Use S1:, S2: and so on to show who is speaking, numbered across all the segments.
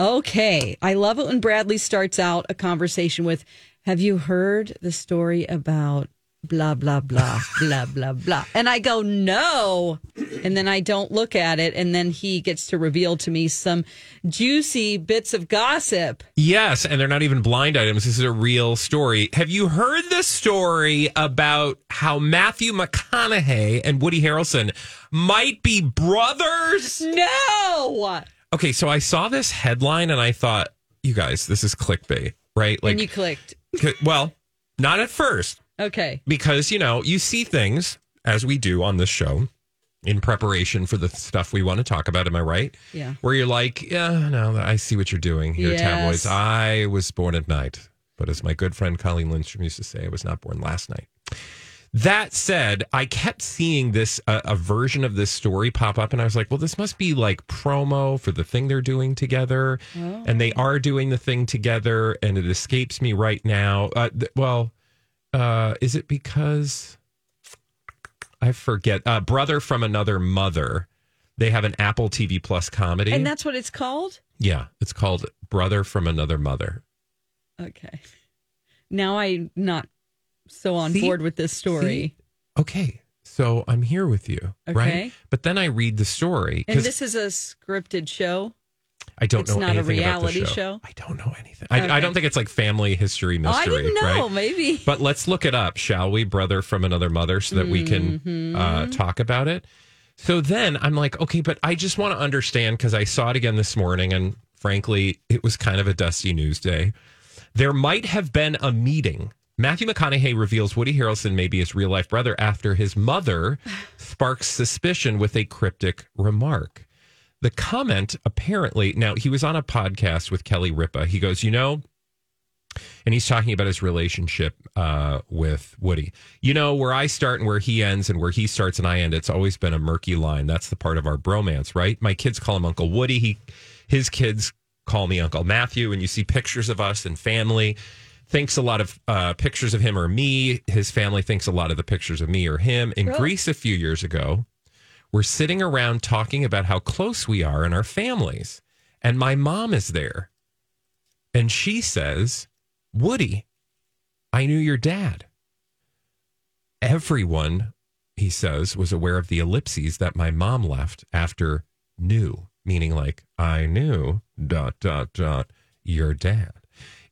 S1: Okay. I love it when Bradley starts out a conversation with Have you heard the story about blah, blah, blah, blah, blah, blah? And I go, No. And then I don't look at it. And then he gets to reveal to me some juicy bits of gossip.
S2: Yes, and they're not even blind items. This is a real story. Have you heard the story about how Matthew McConaughey and Woody Harrelson might be brothers?
S1: No.
S2: Okay, so I saw this headline and I thought, you guys, this is clickbait, right?
S1: and you
S2: Like,
S1: clicked.
S2: c- well, not at first,
S1: Okay.
S2: because, you know, you see things as we do on this show in preparation for the stuff we want to talk about. Am I right?
S1: Yeah.
S2: Where you're like, yeah, no, I see what you're doing here,
S1: Yes.
S2: tabloids. I was born at night. But as my good friend Colleen Lindstrom used to say, I was not born last night. That said, I kept seeing this, uh, a version of this story pop up, and I was like, well, this must be like promo for the thing they're doing together.
S1: Oh.
S2: And they are doing the thing together, and it escapes me right now. Uh, th- well, uh, is it because I forget? Uh, Brother from Another Mother. They have an Apple TV Plus comedy.
S1: And that's what it's called?
S2: Yeah, it's called Brother from Another Mother.
S1: Okay. Now I'm not so on
S2: See?
S1: board with this story.
S2: Okay, so I'm here with you,
S1: Okay.
S2: right? But then I read the story
S1: And
S2: because
S1: this is a scripted show.
S2: I don't
S1: it's
S2: know
S1: not a
S2: anything about the
S1: reality
S2: show.
S1: show?
S2: I don't know anything. I,
S1: Okay.
S2: I don't think it's like family history
S1: Oh, I
S2: mystery.
S1: didn't know.
S2: Right?
S1: Maybe.
S2: But let's look it up, shall we, brother from another mother, so that we can uh, talk about it. So then I'm like, okay, but I just want to understand because I saw it again this morning, and frankly, it was kind of a dusty news day. There might have been a meeting. Matthew McConaughey reveals Woody Harrelson may be his real life brother after his mother sparks suspicion with a cryptic remark. The comment apparently, now he was on a podcast with Kelly Ripa. He goes, You know, and he's talking about his relationship uh, with Woody. You know, where I start and where he ends, and where he starts and I end, it's always been a murky line. That's the part of our bromance, right? My kids call him Uncle Woody. He, his kids call me Uncle Matthew, and you see pictures of us and family. Thinks a lot of uh, pictures of him or me. His family thinks a lot of the pictures of me or him. In
S1: Really?
S2: Greece a few years ago, we're sitting around talking about how close we are in our families. And my mom is there. And she says, Woody, I knew your dad. Everyone, he says, was aware of the ellipses that my mom left after knew, meaning like, I knew, dot, dot, dot, your dad.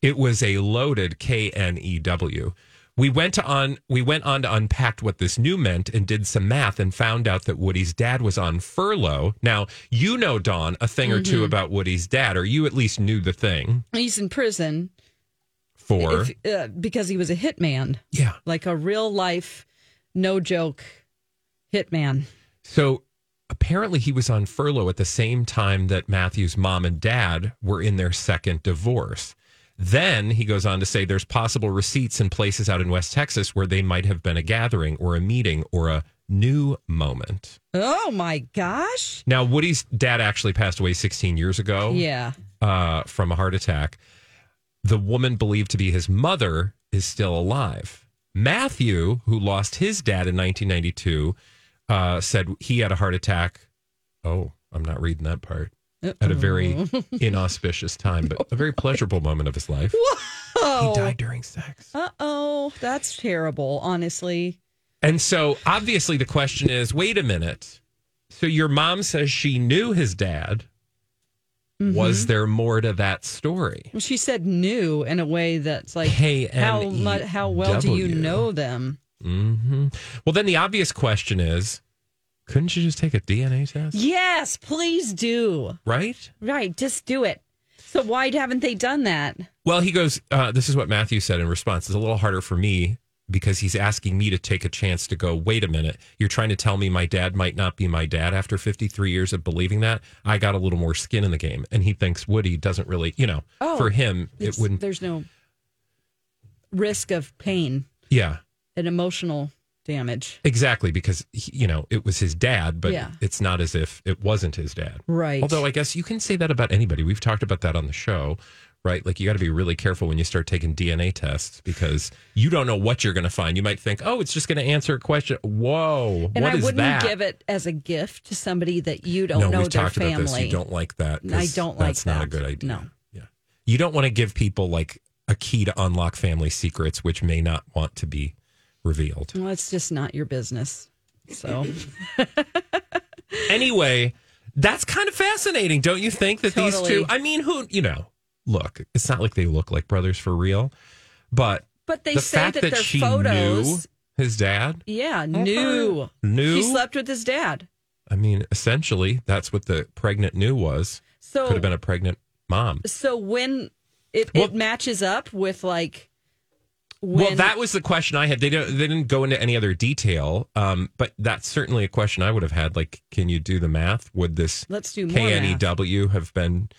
S2: It was a loaded K N E W. We went to on we went on to unpack what this new meant and did some math and found out that Woody's dad was on furlough. Now you know, Dawn, a thing or two about Woody's dad, or you at least knew the thing
S1: He's in prison
S2: for
S1: if, uh, because he was a hitman,
S2: yeah.
S1: like a real life, no joke hitman.
S2: So apparently he was on furlough at the same time that Matthew's mom and dad were in their second divorce. Then he goes on to say there's possible receipts in places out in West Texas where they might have been a gathering or a meeting or a new moment.
S1: Oh my gosh.
S2: Now, Woody's dad actually passed away 16 years ago
S1: Yeah.
S2: uh, from a heart attack. The woman believed to be his mother is still alive. Matthew, who lost his dad in 1992, uh, said he had a heart attack. Oh, I'm not reading that part. At a very inauspicious time, but a very pleasurable moment of his life.
S1: Oh.
S2: He died during sex.
S1: Uh oh. That's terrible, honestly.
S2: And so obviously the question is wait a minute. So your mom says she knew his dad. Was there more to that story?
S1: Mm-hmm. Well, She said new in a way that's like
S2: E
S1: how mu-
S2: K-N-E-W.
S1: how well do you know them?
S2: hmm Well, then the obvious question is couldn't you just take a DNA test?
S1: Yes, please do.
S2: Right?
S1: Right, just do it. So why haven't they done that?
S2: Well, he goes, uh, this is what Matthew said in response. It's a little harder for me because he's asking me to take a chance to go, wait a minute, you're trying to tell me my dad might not be my dad after 53 years of believing that? I got a little more skin in the game. And he thinks Woody doesn't really, you know,
S1: Oh,
S2: for him, it
S1: It's-
S2: wouldn't.
S1: There's no risk of pain
S2: Yeah,
S1: and emotional damage.
S2: exactly. Because, he, you know, it was his dad, but
S1: Yeah.
S2: it's not as if it wasn't his dad.
S1: Right.
S2: Although I guess you can say that about anybody. We've talked about that on the show, right? Like you got to be really careful when you start taking DNA tests because you don't know what you're going to find. You might think, oh, it's just going to answer a question. Whoa,
S1: and
S2: what
S1: I
S2: is
S1: wouldn't
S2: that?
S1: give it as a gift to somebody that you don't
S2: no,
S1: know
S2: we've
S1: their
S2: talked
S1: family.
S2: about this. You don't like that. 'cause
S1: I don't like
S2: That's not a
S1: that.
S2: good idea.
S1: No.
S2: Yeah. You don't want to give people like a key to unlock family secrets, which may not want to be revealed.
S1: Well, it's just not your business. So
S2: anyway, that's kind of fascinating, don't you think? That these two,
S1: Totally.
S2: I mean, who, you know, look, it's not like they look like brothers for real, but
S1: But they
S2: the
S1: say
S2: fact
S1: that
S2: that,
S1: their
S2: she
S1: photos
S2: knew his dad,
S1: Yeah, knew.
S2: knew,
S1: She slept with his dad.
S2: I mean, essentially, that's what the pregnant knew was.
S1: So
S2: Could have been a pregnant mom.
S1: so when it,
S2: Well-
S1: it matches up with like when
S2: well, that was the question I had. They didn't, they didn't go into any other detail, um, but that's certainly a question I would have had. Like, can you do the math? Would this
S1: let's do more
S2: E
S1: math.
S2: KNEW have been,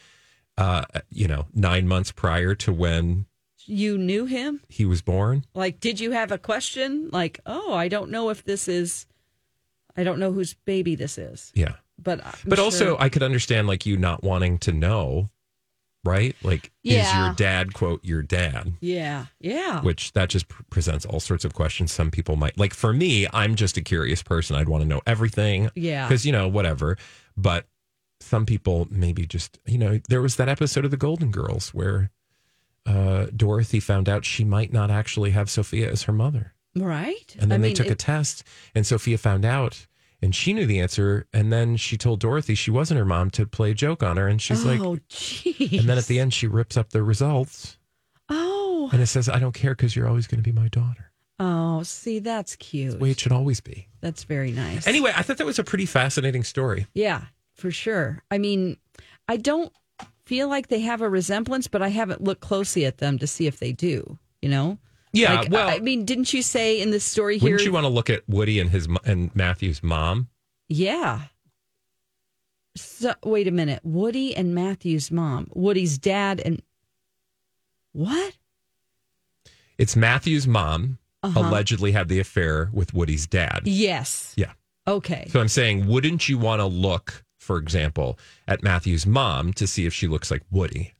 S2: uh, you know, nine months prior to when
S1: you knew him?
S2: he was born?
S1: Like did you have a question? Like, oh, I don't know if this is I don't know whose baby this is.
S2: Yeah.
S1: But I'm
S2: But
S1: sure-
S2: also, I could understand like you not wanting to know, right? Like, is
S1: Yeah. Oh.
S2: your dad, quote, your dad?
S1: Yeah. Yeah.
S2: Which that just pr- presents all sorts of questions. Some people might like. For me, I'm just a curious person. I'd want to know everything.
S1: Yeah.
S2: Because you know whatever. But some people maybe just you know there was that episode of The Golden Girls where uh, Dorothy found out she might not actually have Sophia as her mother.
S1: Right?
S2: And then
S1: I
S2: they
S1: mean,
S2: took a
S1: it-
S2: test, and Sophia found out, and she knew the answer. And then she told Dorothy she wasn't her mom to play a joke on her. And she's like,
S1: Oh jeez.
S2: and then at the end, she rips up the results
S1: Oh.
S2: and it says, I don't care because you're always going to be my daughter.
S1: Oh, see that's cute.
S2: The way it should always be.
S1: That's very nice.
S2: Anyway, I thought that was a pretty fascinating story.
S1: Yeah, for sure. I mean, I don't feel like they have a resemblance, but I haven't looked closely at them to see if they do, you know?
S2: Yeah.
S1: Like,
S2: well,
S1: I mean, didn't you say in this story here?
S2: wouldn't you want to look at Woody and his mo- and Matthew's mom?
S1: yeah. So, wait a minute. Woody and Matthew's mom, Woody's dad, and what?
S2: It's Matthew's mom allegedly had the affair with Woody's dad.
S1: Uh-huh. Yes.
S2: Yeah.
S1: Okay.
S2: So I'm saying, wouldn't you want to look, for example, at Matthew's mom to see if she looks like Woody?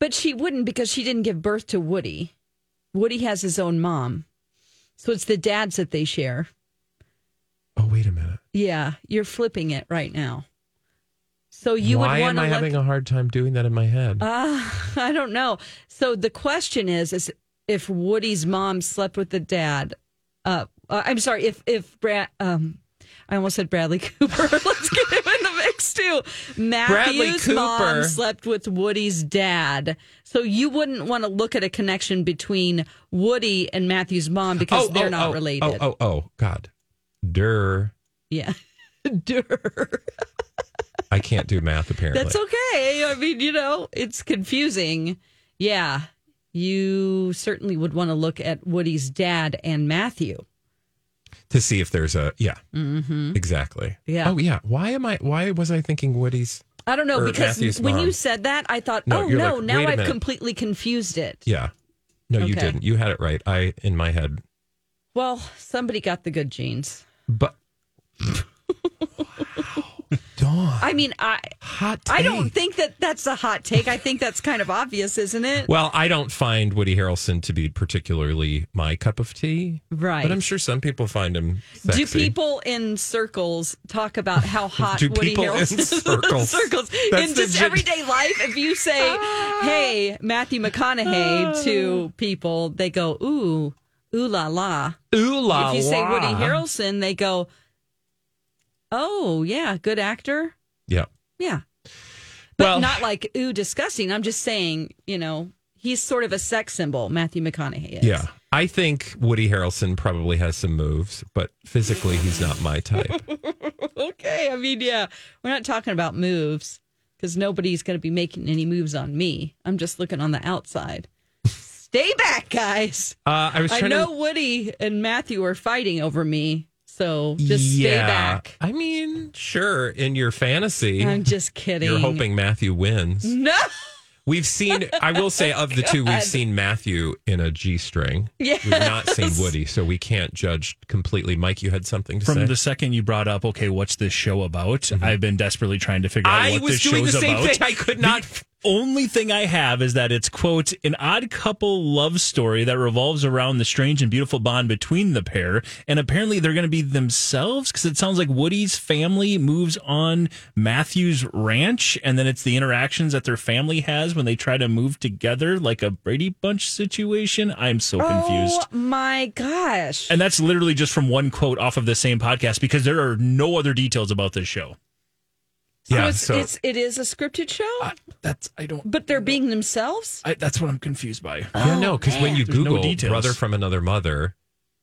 S1: But she wouldn't because she didn't give birth to Woody. Woody has his own mom. So it's the dads that they share.
S2: Oh, wait a minute.
S1: Yeah, you're flipping it right now. So you
S2: Why
S1: would want
S2: am
S1: to
S2: I
S1: look.
S2: having a hard time doing that in my head?
S1: Ah, I don't know. So the question is, is if Woody's mom slept with the dad? Uh, uh, I'm sorry. If if Brad, um, I almost said Bradley Cooper. Let's get him in the mix too. Matthew's mom
S2: Cooper.
S1: slept with Woody's dad. So you wouldn't want to look at a connection between Woody and Matthew's mom because they're not
S2: oh,
S1: related.
S2: Oh, oh, oh, God. Durr.
S1: Yeah. Durr.
S2: I can't do math apparently.
S1: That's okay. I mean, you know, it's confusing. Yeah. You certainly would want to look at Woody's dad and Matthew.
S2: To see if there's a yeah. Mm-hmm. Exactly.
S1: Yeah.
S2: Oh yeah. Why am I why was I thinking Woody's
S1: I don't know
S2: Or
S1: because
S2: Matthew's
S1: when
S2: mom.
S1: you said that, I thought,
S2: No,
S1: oh
S2: you're
S1: no,
S2: like,
S1: now
S2: wait a
S1: I've
S2: minute.
S1: completely confused it.
S2: Yeah. No, you
S1: Okay.
S2: didn't. You had it right. I in my head.
S1: Well, somebody got the good genes.
S2: But Dawn.
S1: I mean, I
S2: Hot
S1: I don't
S2: take.
S1: think that that's a hot take. I think that's kind of obvious, isn't it?
S2: Well, I don't find Woody Harrelson to be particularly my cup of tea.
S1: Right.
S2: But I'm sure some people find him sexy.
S1: Do people in circles talk about how hot
S2: Do
S1: Woody
S2: people in
S1: Harrelson is
S2: circles?
S1: circles
S2: That's Ah.
S1: in
S2: the
S1: just
S2: gen-
S1: everyday life, if you say, "Hey, Matthew
S2: Ah.
S1: McConaughey" to people, they go, "Ooh, ooh la la."
S2: Ooh la
S1: if you say
S2: la.
S1: Woody Harrelson, they go, "Oh yeah, good actor."
S2: Yeah.
S1: Yeah, but
S2: well,
S1: not like ooh disgusting. I'm just saying, you know, he's sort of a sex symbol. Matthew McConaughey is.
S2: yeah. I think Woody Harrelson probably has some moves, but physically he's not my type. Uh,
S1: okay. I mean, yeah, we're not talking about moves because nobody's going to be making any moves on me. I'm just looking on the outside. Stay back, guys.
S2: Uh, I was
S1: I
S2: trying
S1: know
S2: to
S1: Woody and Matthew are fighting over me, so just stay
S2: Yeah.
S1: back.
S2: I mean, sure, in your fantasy,
S1: I'm just kidding.
S2: you're
S1: Mm.
S2: hoping Matthew wins.
S1: No.
S2: We've seen, I will say, of the two, we've seen Matthew in a G string.
S1: Yes.
S2: We've not seen Woody, so we can't judge completely. Mike, you had something to
S3: From
S2: say. Mm-hmm.
S3: the second you brought up, okay, what's this show about? I've been desperately trying to figure out
S2: I
S3: what
S2: was
S3: this
S2: doing
S3: show's
S2: the same
S3: about.
S2: thing. I could not.
S3: The only thing I have is that it's quote an odd couple love story that revolves around the strange and beautiful bond between the pair, and apparently they're going to be themselves because it sounds like Woody's family moves on Matthew's ranch, and then it's the interactions that their family has when they try to move together, like a Brady Bunch situation. I'm so confused.
S1: Oh my gosh.
S3: And that's literally just from one quote off of the same podcast because there are no other details about this show.
S2: yeah,
S1: it's,
S2: so
S1: it's it is a scripted show,
S3: that's I don't.
S1: but they're being themselves.
S3: I, that's what I'm confused by.
S1: Oh,
S2: yeah, no, because when you
S3: There's no
S2: Google
S3: details.
S2: "brother from another mother,"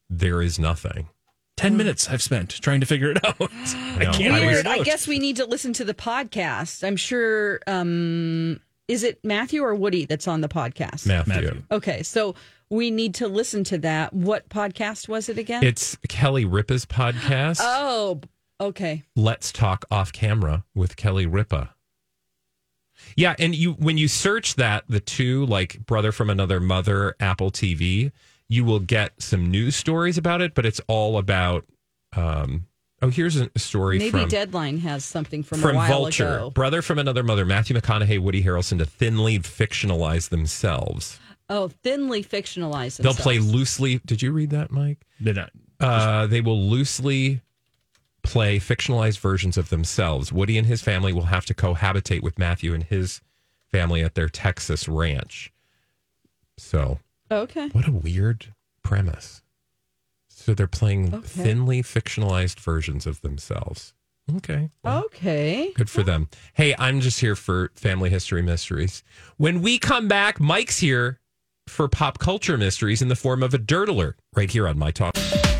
S2: there is nothing.
S3: Ten minutes I've spent trying to figure it out. I
S2: No, I
S3: can't
S2: was-
S3: figure
S1: Weird.
S3: it out.
S1: I guess we need to listen to the podcast. I'm sure. Um, is it Matthew or Woody that's on the podcast?
S2: Matthew.
S3: Matthew.
S1: Okay, so we need to listen to that. What podcast was it again?
S2: It's Kelly Ripa's podcast.
S1: oh, okay.
S2: Let's talk off camera with Kelly Ripa. Yeah, and you when you search that the two like brother from another mother Apple TV, you will get some news stories about it, but it's all about. um Oh, here's a story
S1: Maybe
S2: from
S1: Deadline has something from,
S2: from
S1: a while
S2: Vulture,
S1: ago.
S2: brother from another mother, Matthew McConaughey, Woody Harrelson to thinly fictionalize themselves.
S1: Oh, thinly fictionalized.
S2: They'll
S1: themselves.
S2: play loosely. Did you read that, Mike?
S3: They're not-
S2: Uh, they will loosely play fictionalized versions of themselves. Woody and his family will have to cohabitate with Matthew and his family at their Texas ranch. So,
S1: Okay.
S2: what a weird premise. So they're playing
S1: Okay.
S2: thinly fictionalized versions of themselves. Okay.
S1: Okay.
S2: Good for them. Hey, I'm just here for family history mysteries. When we come back, Mike's here for pop culture mysteries in the form of a dirt alert right here on My Talk.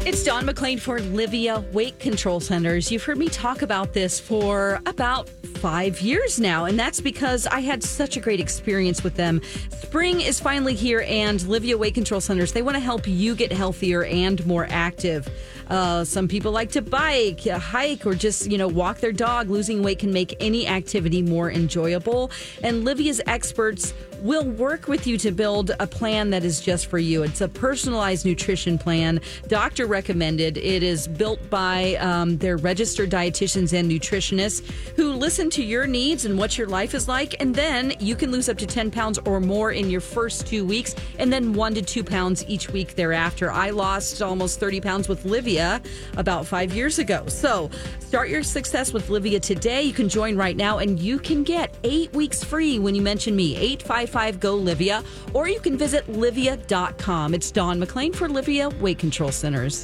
S1: It's Don McLean for Livia Weight Control Centers. You've heard me talk about this for about five years now, and that's because I had such a great experience with them. Spring is finally here, and Livia Weight Control Centers, they want to help you get healthier and more active. Uh, some people like to bike, uh, hike, or just, you know, walk their dog. Losing weight can make any activity more enjoyable. And Livia's experts will work with you to build a plan that is just for you. It's a personalized nutrition plan, doctor recommended. It is built by um, their registered dietitians and nutritionists who listen to your needs and what your life is like. And then you can lose up to 10 pounds or more in your first two weeks, and then one to two pounds each week thereafter. I lost almost 30 pounds with Livia about five years ago. So start your success with Livia today. You can join right now and you can get eight weeks free when you mention me, 855 GO Livia, or you can visit livia.com. It's Dawn McLean for Livia Weight Control Centers.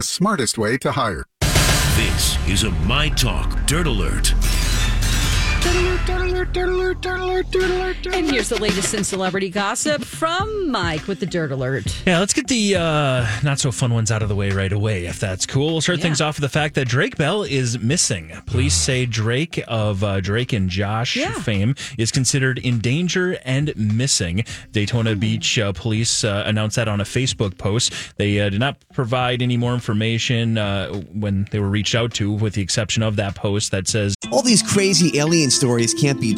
S4: Smartest way to hire.
S5: This is a My Talk Dirt Alert.
S1: And here's the latest in celebrity gossip from Mike with the Dirt Alert.
S3: Yeah, let's get the uh, not so fun ones out of the way right away, if that's cool. We'll start things off with the fact that Drake Bell is missing. Police say Drake of uh, Drake and Josh
S1: Yeah.
S3: fame is considered in danger and missing. Daytona Beach uh, police uh, announced that on a Facebook post. They uh, did not provide any more information uh, when they were reached out to, with the exception of that post that says
S6: All these crazy aliens
S4: stories can't be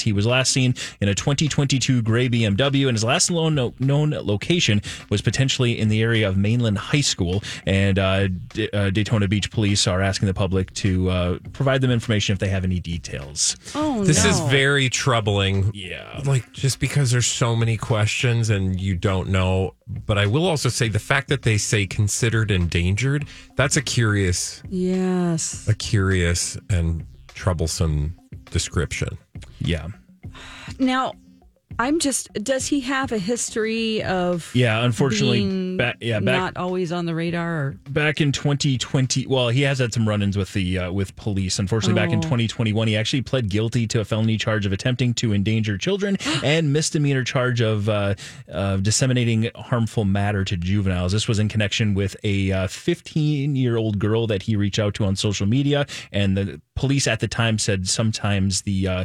S3: He was last seen in a 2022 gray BMW, and his last known, known location was potentially in the area of Mainland High School. And uh, D- uh, Daytona Beach police are asking the public to uh, provide them information if they have any details.
S1: Oh,
S2: This is very troubling.
S3: Yeah.
S2: Like, just because there's so many questions and you don't know. But I will also say the fact that they say considered endangered, that's a curious,
S1: Yes.
S2: a curious and troublesome description.
S3: Yeah.
S1: Now, I'm just, does he have a history of.
S3: Yeah. Unfortunately,
S1: being
S3: ba- yeah, back
S1: not always on the radar. Or,
S3: back in 2020 well he has had some run-ins with the uh, with police unfortunately back in
S1: Oh.
S3: 2021 he actually pled guilty to a felony charge of attempting to endanger children and misdemeanor charge of uh, of disseminating harmful matter to juveniles this was in connection with a 15 year old girl that he reached out to on social media and the police at the time said sometimes the uh,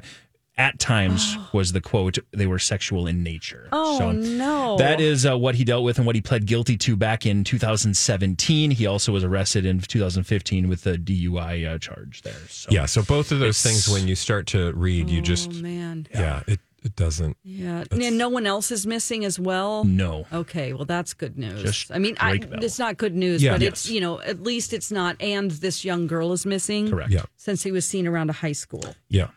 S3: at times was the quote they were sexual in nature
S1: oh no,
S3: that is uh, what he dealt with and what he pled guilty to back in 2017. He also was arrested in 2015 with a DUI uh, charge there. So.
S2: Yeah. So, both of those
S3: It's-
S2: things, when you start to read, you just,
S1: Oh man,
S2: yeah, it, it doesn't.
S1: yeah. And no one else is missing as well.
S3: No.
S1: Okay, well that's good news.
S3: Just
S1: I mean, I,
S3: Drake Bell.
S1: it's not good news,
S2: Yeah.
S1: but
S2: Yes.
S1: it's you know at least it's not. And this young girl is missing.
S3: Correct.
S2: Yeah.
S1: Since he was seen around a high school.
S2: Yeah.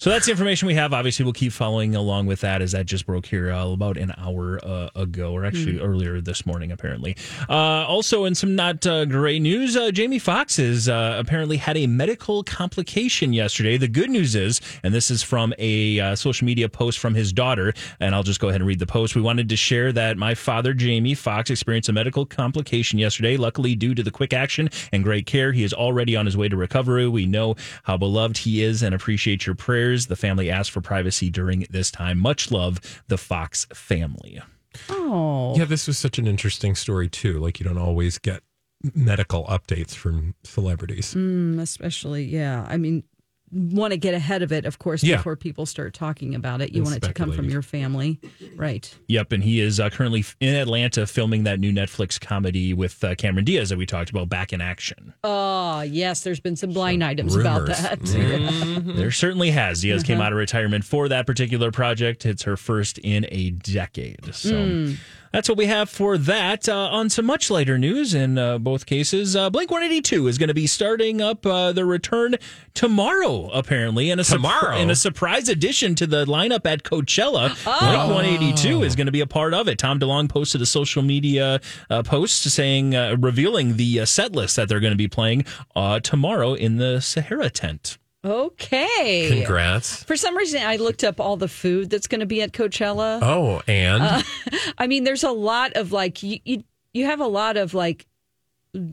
S3: So that's the information we have. Obviously, we'll keep following along with that as that just broke here uh, about an hour uh, ago, or actually earlier this morning, apparently. Uh, also, in some not uh, great news, uh, Jamie Foxx has uh, apparently had a medical complication yesterday. The good news is, and this is from a uh, social media post from his daughter, and I'll just go ahead and read the post. We wanted to share that my father, Jamie Foxx, experienced a medical complication yesterday. Luckily, due to the quick action and great care, he is already on his way to recovery. We know how beloved he is and appreciate your prayers. The family asked for privacy during this time. Much love, the Fox family.
S1: Oh,
S2: Yeah, this was such an interesting story too. Like you don't always get medical updates from celebrities.
S1: Mm, especially yeah. I mean, want to get ahead of it, of course,
S2: Yeah.
S1: before people start talking about it. You
S2: And
S1: want it to come from
S2: speculating.
S1: your family, right?
S3: Yep, and he is uh, currently in Atlanta filming that new Netflix comedy with uh, Cameron Diaz that we talked about back in action.
S1: Oh yes, there's been some blind items about
S2: rumors.
S1: that.
S3: There certainly has. Diaz came out of retirement for that particular project. It's her first in a decade. So that's what we have for that. Uh, on some much lighter news in uh, both cases, uh, Blink 182 is going to be starting up uh, the return tomorrow, apparently, and a, surpri-
S2: Tomorrow?
S3: in a surprise addition to the lineup at Coachella. Blink 182 is going to be a part of it. Tom DeLong posted a social media uh, post saying, uh, revealing the uh, set list that they're going to be playing uh, tomorrow in the Sahara tent.
S1: Okay.
S2: Congrats.
S1: For some reason, I looked up all the food that's going to be at Coachella.
S2: Oh, and
S1: I mean, there's a lot of like you, you you have a lot of like.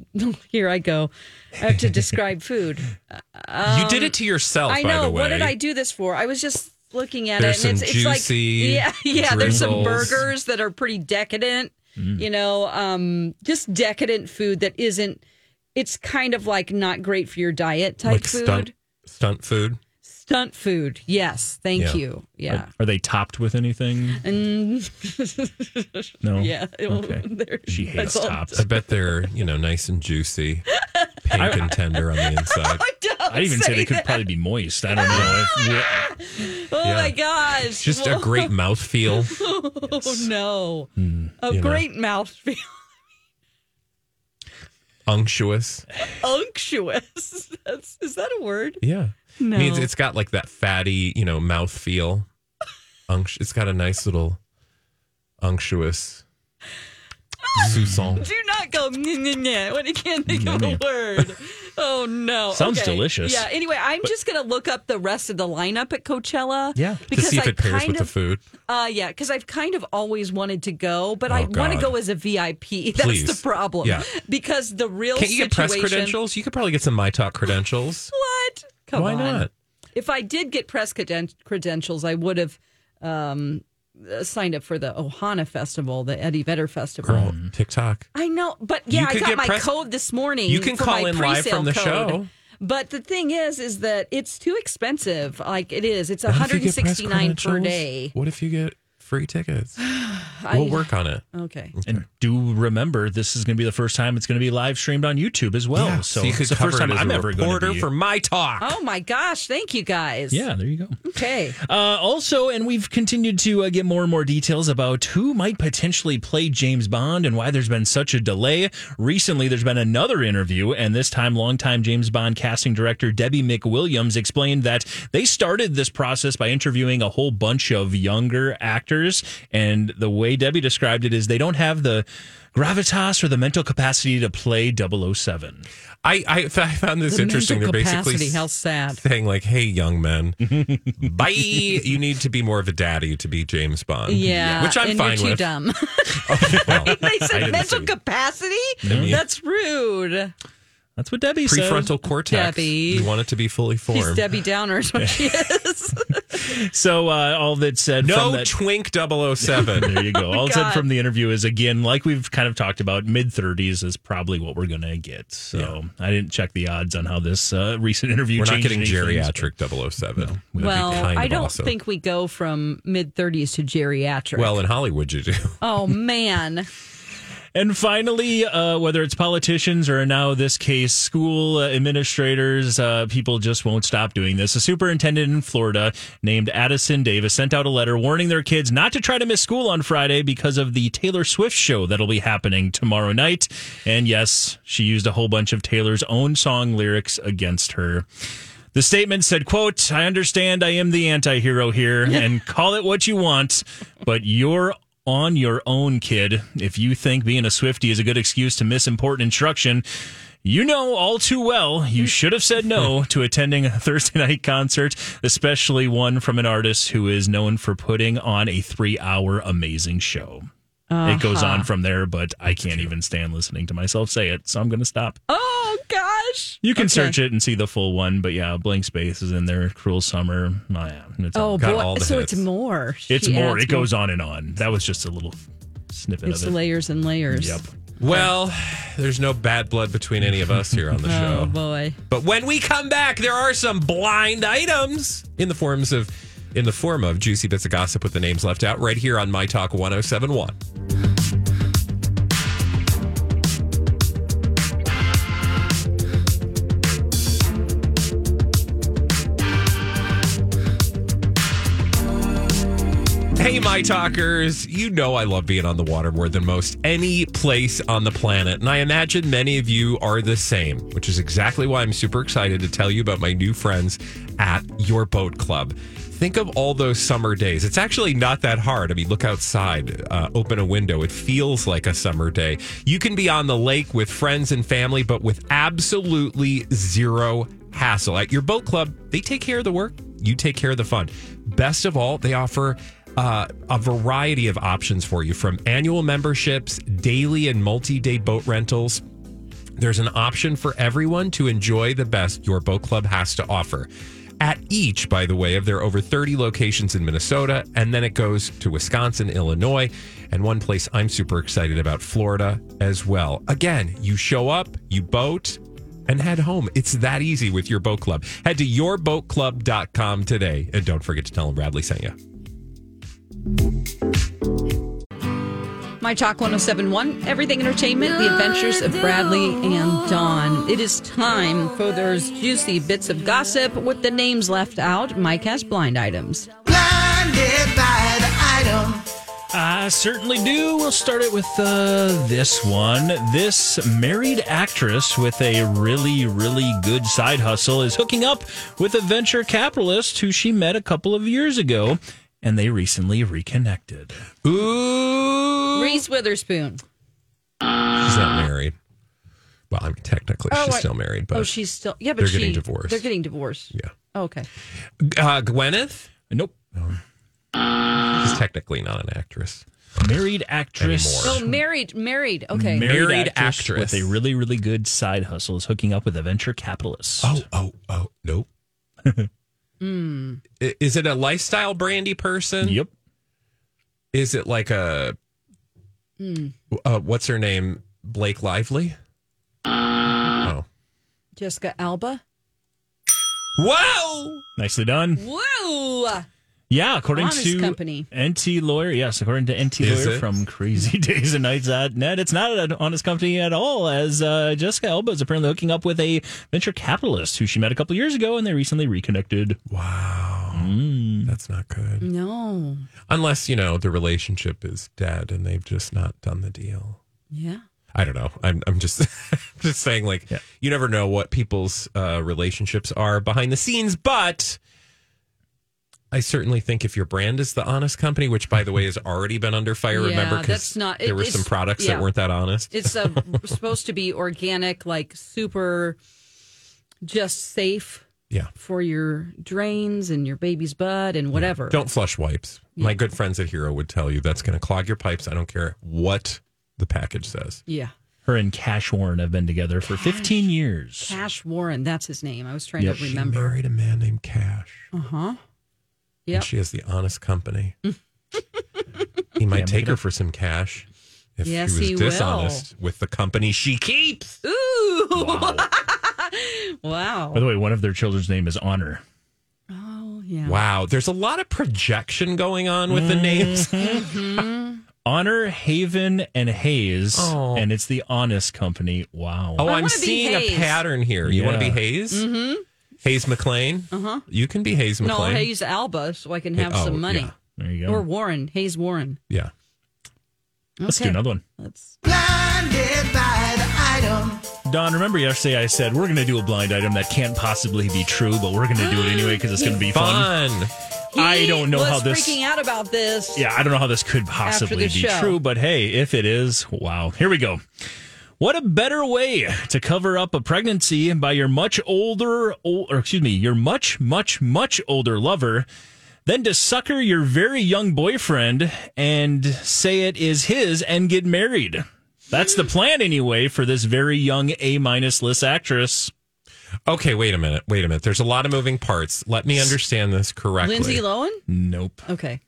S1: Here I go. I have to describe food.
S2: you did it to yourself,
S1: I
S2: by
S1: know.
S2: the way.
S1: What did I do this for? I was just looking at
S2: There's
S1: it, and
S2: some
S1: it's,
S2: juicy
S1: it's like yeah, yeah. There's some
S2: drizzles.
S1: burgers that are pretty decadent.
S2: Mm-hmm.
S1: You know, um, just decadent food that isn't. It's kind of like not great for your diet type
S2: like
S1: food.
S2: stunt stunt food?
S1: Stunt food. Yes. Thank
S2: Yeah.
S1: you. Yeah.
S3: Are, are they topped with anything? No.
S1: Mm. Yeah.
S3: Okay.
S1: There-
S3: She
S1: that's
S3: hates
S1: all.
S3: tops.
S2: I bet they're, you know, nice and juicy, pink and tender on the inside.
S1: Don't
S3: I'd even say, they could
S1: that.
S3: probably be moist. I don't know. If-
S1: Oh
S2: yeah.
S1: my gosh.
S2: Just a great mouthfeel.
S1: Oh no. a
S2: Hmm, you know.
S1: great mouthfeel.
S2: unctuous.
S1: Unctuous. That's, is that a word?
S2: Yeah.
S1: No.
S2: Means it's got like that fatty, you know, mouth feel. Unct- it's got a nice little unctuous sousson.
S1: Do not go nyeh, nyeh, nyeh, when you can't think of the
S3: Nyeh, nyeh.
S1: word. Oh no!
S3: Sounds delicious.
S1: Yeah. Anyway, I'm just gonna look up the rest of the lineup at Coachella.
S3: Yeah.
S2: To
S1: because
S2: see if
S1: I
S2: it pairs
S1: kind
S2: with the
S1: of,
S2: food.
S1: Uh, yeah, because I've kind of always wanted to go, but
S2: Oh,
S1: I want to
S2: God.
S1: go as a VIP. That's
S2: Please.
S1: the problem.
S2: Yeah.
S1: Because the real
S2: Can't you
S1: situation.
S2: get press credentials? You could probably get some My Talk credentials.
S1: What? Come
S2: Why
S1: on.
S2: not?
S1: If I did get press creden- credentials, I would have um, uh, signed up for the Ohana Festival, the Eddie Vedder Festival.
S2: Girl, TikTok.
S1: I know, but yeah, I
S2: could
S1: got
S2: get
S1: my
S2: press-
S1: code this morning.
S2: You can
S1: for
S2: call
S1: my
S2: in live
S1: presale
S2: from the
S1: code.
S2: show.
S1: But the thing is, is that it's too expensive. Like it is, it's
S2: What if you get press
S1: 169 per
S2: credentials?
S1: day.
S2: What if you get free tickets? we'll work on it.
S1: Okay.
S3: And do remember, this is going to be the first time it's going to be live streamed on YouTube as well.
S2: Yeah,
S3: so,
S2: you could
S3: it's the
S2: cover
S3: first
S2: it
S3: time
S2: as
S3: I'm
S2: a
S3: ever going to
S2: reporter
S3: be.
S2: for my talk.
S1: Oh my gosh! Thank you guys.
S3: yeah, there you go.
S1: Okay.
S3: Uh, also, and we've continued to uh, get more and more details about who might potentially play James Bond and why there's been such a delay. Recently, there's been another interview, and this time, longtime James Bond casting director Debbie McWilliams explained that they started this process by interviewing a whole bunch of younger actors. And the way Debbie described it is they don't have the gravitas or the mental capacity to play 007.
S2: I, I, I found this
S1: The
S2: interesting. They're
S1: mental
S2: basically
S1: capacity, how sad.
S2: saying like, "Hey, young men, bye. You need to be more of a daddy to be James Bond."
S1: Yeah.
S2: which I'm
S1: and
S2: fine
S1: you're too
S2: with.
S1: dumb.
S2: Okay, well,
S1: they
S2: I
S1: said
S2: didn't
S1: mental
S2: see
S1: capacity.
S2: Mhm.
S1: That's rude.
S3: That's what Debbie said.
S2: prefrontal cortex.
S1: Debbie.
S2: You want it to be fully
S1: She's
S2: formed.
S1: Debbie Downer, is what she is.
S3: So, uh, all that said,
S2: No
S3: from that-
S2: twink 007.
S3: There you go. All it said
S1: God.
S3: from the interview is again, like we've kind of talked about, mid 30s is probably what we're going to get. So I didn't check the odds on how this uh, recent interview.
S2: We're not
S3: changed
S2: getting
S3: any things,
S2: geriatric 007. That'd be
S1: well,
S2: kind
S1: I
S2: of
S1: don't
S2: awesome.
S1: think we go from mid 30s to geriatric.
S2: Well, in Hollywood, you do.
S1: oh man.
S3: but- And finally, uh, whether it's politicians or now this case, school uh, administrators, uh, people just won't stop doing this. A superintendent in Florida named Addison Davis sent out a letter warning their kids not to try to miss school on Friday because of the Taylor Swift show that'll be happening tomorrow night. And yes, she used a whole bunch of Taylor's own song lyrics against her. The statement said, quote, I understand I am the anti-hero here and call it what you want, but you're on your own, kid. If you think being a Swifty is a good excuse to miss important instruction, you know all too well you should have said no to attending a Thursday night concert, especially one from an artist who is known for putting on a three hour amazing show. It goes on from there, but I can't even stand listening to myself say it, so I'm going to stop.
S1: Oh gosh.
S3: You can
S1: Okay.
S3: search it and see the full one, but yeah, Blank Space is in there. Cruel Summer. Oh, yeah, it's,
S1: Oh
S2: Got
S1: boy.
S2: all the
S1: so
S2: hits.
S1: it's more.
S3: it's
S1: She
S3: more.
S1: adds
S3: It goes on and on. That was just a little snippet
S1: It's
S3: of it.
S1: layers and layers.
S3: Yep.
S2: Well, there's no bad blood between any of us here on the show.
S1: Oh boy.
S2: But when we come back, there are some blind items in the forms of in the form of juicy bits of gossip with the names left out right here on My Talk 1071. Hey, my talkers. You know I love being on the water more than most any place on the planet. And I imagine many of you are the same, which is exactly why I'm super excited to tell you about my new friends at Your Boat Club. Think of all those summer days. It's actually not that hard. I mean, look outside, uh, open a window. It feels like a summer day. You can be on the lake with friends and family, but with absolutely zero hassle. At Your Boat Club, they take care of the work, you take care of the fun. Best of all, they offer uh, a variety of options for you from annual memberships, daily and multi day boat rentals. There's an option for everyone to enjoy the best your boat club has to offer. At each, by the way, of their over 30 locations in Minnesota, and then it goes to Wisconsin, Illinois, and one place I'm super excited about, Florida as well. Again, you show up, you boat, and head home. It's that easy with your boat club. Head to yourboatclub.com today. And don't forget to tell them Radley sent you.
S1: My Talk 1071, Everything Entertainment, The Adventures of Bradley and Dawn. It is time for those juicy bits of gossip with the names left out. Mike has blind items.
S7: Blinded by the item.
S3: I certainly do. We'll start it with uh, this one. This married actress with a really, really good side hustle is hooking up with a venture capitalist who she met a couple of years ago, and they recently reconnected.
S2: Ooh.
S1: Reese Witherspoon. Oh,
S2: She's not married. Well, I mean, technically, she's
S1: I-
S2: still married, but
S1: oh, she's still yeah, but
S2: they're
S1: she,
S2: getting divorced.
S1: They're getting divorced.
S2: Yeah.
S1: Oh, okay.
S2: uh, Gwyneth
S3: Nope.
S2: is technically not an actress.
S3: Married actress.
S2: Anymore.
S1: Oh, married, married. Okay.
S3: Married,
S2: Married
S3: actress,
S2: actress.
S3: with a really, really good side hustle is hooking up with a venture capitalist.
S2: oh, oh, nope. I- Is it a lifestyle brandy person?
S3: yep.
S2: Is it like a uh, what's her name? Blake Lively. Oh.
S1: Jessica Alba.
S2: Whoa!
S3: Nicely done.
S1: Whoa.
S3: Yeah, according
S1: Honest
S3: to
S1: Company.
S3: NT Lawyer. Yes, according to NT
S2: Is
S3: Lawyer
S2: it?
S3: from Crazy Days and Nights at Net, it's not an honest company at all, as uh, Jessica Elba is apparently hooking up with a venture capitalist who she met a couple years ago and they recently reconnected.
S2: Wow. That's not good.
S1: No.
S2: Unless, you know, the relationship is dead and they've just not done the deal.
S1: Yeah.
S2: I don't know. I'm I'm just just saying like
S3: Yeah.
S2: you never know what people's uh, relationships are behind the scenes, but I certainly think if your brand is the honest company, which by the way has already been under fire,
S1: Yeah,
S2: remember because
S1: that's not- it-
S2: there were
S1: it's-
S2: some products
S1: yeah.
S2: that weren't that honest.
S1: It's uh, supposed to be organic, like super, just safe
S2: yeah.
S1: for your drains and your baby's butt and whatever.
S2: Don't flush wipes. My good friends at Hero would tell you that's going to clog your pipes. I don't care what the package says.
S1: Yeah.
S3: Her and Cash Warren have been together for 15 years.
S1: Cash Warren. That's his name. I was trying
S3: Yep.
S1: to
S3: She
S2: She
S1: remember.
S2: married a man named Cash.
S1: Uh huh.
S2: And
S1: Yep.
S2: she has the honest company. he might
S3: Yeah,
S2: take
S3: make it
S2: her
S3: up.
S2: for some cash if
S1: Yes,
S2: he was
S1: he will.
S2: dishonest with the company she keeps.
S1: Ooh. Wow.
S3: By the way, one of their children's name is Honor.
S1: Oh, yeah.
S2: Wow, there's a lot of projection going on with the names.
S1: Mm-hmm.
S3: Honor, Haven, and Hayes.
S2: Oh.
S3: And it's the Honest Company. Wow.
S2: Oh,
S1: I
S2: I'm
S1: wanna be
S2: seeing a
S1: Hayes.
S2: pattern here. You want to be
S3: Yeah.
S2: Hayes? Mm-hmm. Hayes McLean? Uh-huh. You can be Hayes
S1: No,
S2: McLean.
S1: Hayes Alba, so I can have
S2: oh,
S1: some money.
S2: yeah.
S3: There you go.
S1: Or Warren, Hayes Warren.
S2: Yeah.
S3: Let's do
S1: Okay.
S3: another one.
S1: Let's
S7: Blinded by the item.
S3: Don, remember yesterday I said we're going to do a blind item that can't possibly be true, but we're going to do it anyway because it's going to be fun.
S2: Fun.
S3: I don't know
S1: was
S3: how this-
S1: freaking out about this.
S3: Yeah, I don't know how this could possibly
S1: the
S3: be
S1: show.
S3: true, but hey, if it is, wow. Here we go. What a better way to cover up a pregnancy by your much older, ol- or excuse me, your much, much, much older lover than to sucker your very young boyfriend and say it is his and get married. That's the plan anyway for this very young A minus list actress.
S2: Okay, wait a minute. Wait a minute. There's a lot of moving parts. Let me understand this correctly.
S1: Lindsay Lohan?
S3: Nope.
S1: Okay.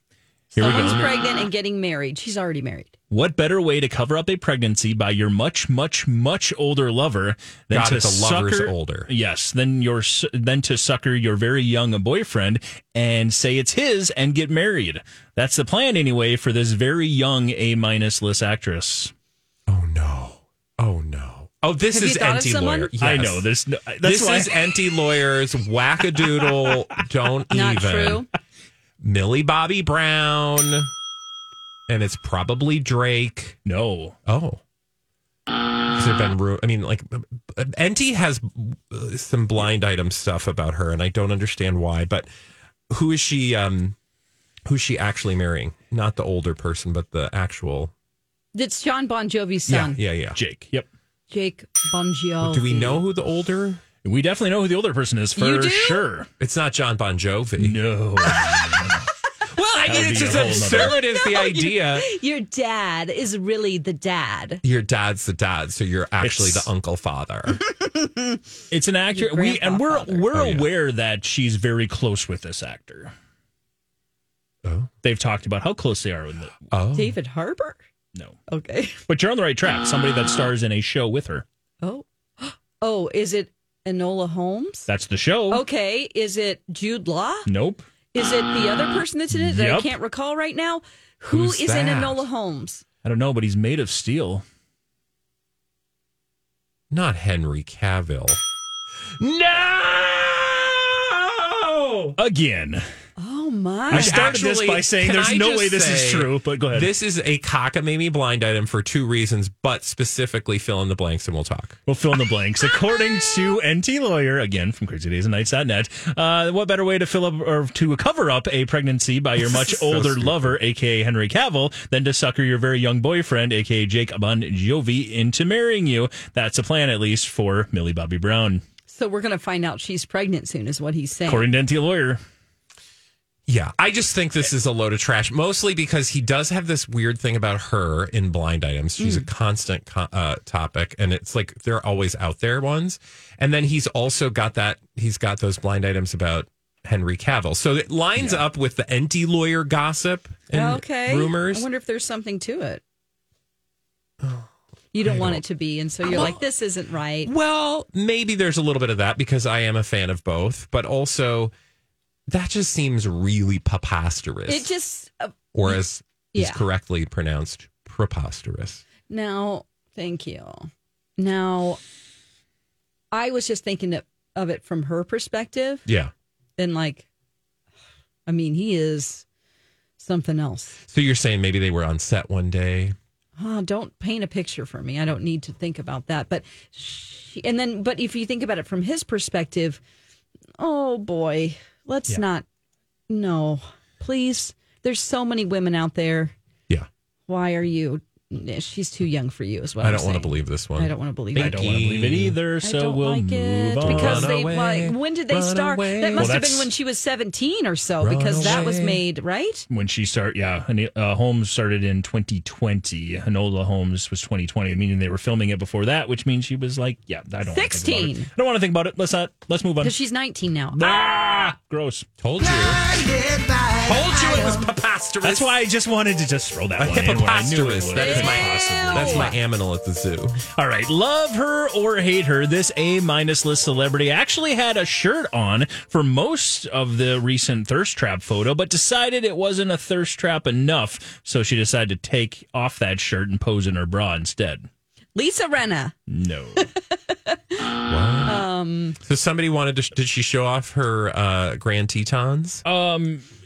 S3: Here we
S1: Someone's
S3: go.
S1: pregnant and getting married. She's already married.
S3: What better way to cover up a pregnancy by your much, much, much older lover than
S2: Got
S3: to
S2: it, the lover's
S3: sucker,
S2: older.
S3: Yes, than your su- than to sucker your very young boyfriend and say it's his and get married. That's the plan anyway for this very young A minus list actress.
S2: Oh no. Oh no. Oh, this
S1: Have you
S2: is
S1: thought of
S2: anti
S1: someone?
S2: lawyer.
S3: I know there's no, that's
S2: This
S3: why
S2: is anti lawyers, wackadoodle, don't
S1: Not
S2: even.
S1: true.
S2: Millie Bobby Brown. And it's probably Drake.
S3: no.
S2: Oh. Has there been ru- I mean, like, Enty has uh, some blind item stuff about her, and I don't understand why, but who is she? Um, Who's she actually marrying? Not the older person, but the actual.
S1: It's John Bon Jovi's son,
S2: Yeah, yeah, yeah.
S3: Jake. Yep.
S1: Jake Bon Jovi.
S2: Do we know who the older?
S3: We definitely know who the older person is for
S1: You do?
S3: sure.
S2: It's not John Bon Jovi.
S3: No.
S2: Well, I mean,
S3: would
S2: it's
S3: be a
S2: just
S3: whole
S2: absurd is the idea.
S1: Your dad is really the dad.
S2: Your dad's the dad, so you're actually
S3: It's-
S2: the uncle father.
S3: it's an actor. We and we're
S1: grandfather.
S3: we're
S2: Oh, yeah.
S3: aware that she's very close with this actor.
S2: oh,
S3: They've talked about how close they are with it.
S2: oh,
S1: David Harbour?
S3: No.
S1: Okay.
S3: But you're on the right track. Somebody that stars in a show with her.
S1: Oh. Oh, is it Enola Holmes?
S3: That's the show.
S1: Okay. Is it Jude Law?
S3: Nope.
S1: Is it the other person that's in it that I
S3: Yep.
S1: can't recall right now? Who
S2: Who's
S1: is in
S2: that?
S1: Enola Holmes?
S3: I don't know, but he's made of steel.
S2: not Henry Cavill. No.
S3: Again.
S1: Oh my.
S3: I started this
S2: Actually,
S3: by saying
S2: can
S3: there's
S2: I
S3: no
S2: just
S3: way this is
S2: say
S3: true, but go ahead.
S2: This is a cockamamie blind item for two reasons, but specifically fill in the blanks and we'll talk.
S3: We'll fill in the blanks. According to NT Lawyer, again from crazydaysandnights.net, uh, what better way to fill up or to cover up a pregnancy by your much older lover, aka Henry Cavill, than to sucker your very young boyfriend, aka Jake Bon Jovi, into marrying you? That's a plan, at least, for Millie Bobby Brown.
S1: So we're going to find out she's pregnant soon, is what he's saying.
S3: According to NT Lawyer,
S2: Yeah. I just think this is a load of trash, mostly because he does have this weird thing about her in blind items.
S1: Hmm.
S2: She's a constant co- uh, topic, and it's like they're always out there ones. And then he's also got that, he's got those blind items about Henry Cavill. So it lines up with the NT lawyer gossip and
S1: okay.
S2: rumors. Oh,
S1: I wonder if there's something to it. You don't want it to be, and so you're like, this isn't right.
S2: Well, maybe there's a little bit of that because I am a fan of both, but also that just seems really preposterous.
S1: It just uh,
S2: or as
S1: Yeah.
S2: is correctly pronounced, preposterous.
S1: now. Thank you. Now, I was just thinking of, of it from her perspective,
S2: Yeah.
S1: and like, I mean, he is something else.
S2: So you're saying maybe they were on set one day?
S1: Oh, don't paint a picture for me. I don't need to think about that. But she, and then, but if you think about it from his perspective, oh boy, let's not. No, please. There's so many women out there.
S2: Yeah.
S1: Why are you? She's too young for you, is what
S2: I
S1: I'm
S2: don't want to
S1: saying.
S2: believe this one.
S1: I don't want to believe.
S2: Thank
S1: it.
S3: I don't want to believe it either,
S1: I
S3: so
S1: don't
S3: we'll
S1: like
S3: move
S1: it
S3: on.
S1: because
S2: Run
S1: they
S2: away,
S1: like. When did they
S2: run
S1: start?
S2: away.
S1: That must
S3: Well,
S1: have been
S3: that's-
S1: when she was 17 or so,
S2: Run
S1: because that was
S2: away.
S1: made right.
S3: when she started, yeah, and, uh, Holmes started in 2020. Enola Holmes was 2020, meaning they were filming it before that, which means she was like, yeah, I don't. wanna think about it.
S1: 16.
S3: I don't want to think about it. Let's not. Let's move on.
S1: Because she's 19 now.
S3: Ah, gross.
S2: Told you. Told you it was preposterous.
S3: That's why I just wanted to just throw that
S2: A
S3: one in when I knew it
S2: hippoposterous.
S3: was.
S2: That is my
S1: Ew.
S2: that's my aminal at the zoo.
S3: All right, love her or hate her, this A minus list celebrity actually had a shirt on for most of the recent thirst trap photo, but decided it wasn't a thirst trap enough, so she decided to take off that shirt and pose in her bra instead.
S1: Ah, Lisa Renna.
S3: No.
S2: So somebody wanted to. Did she show off her uh, Grand Tetons? Oh,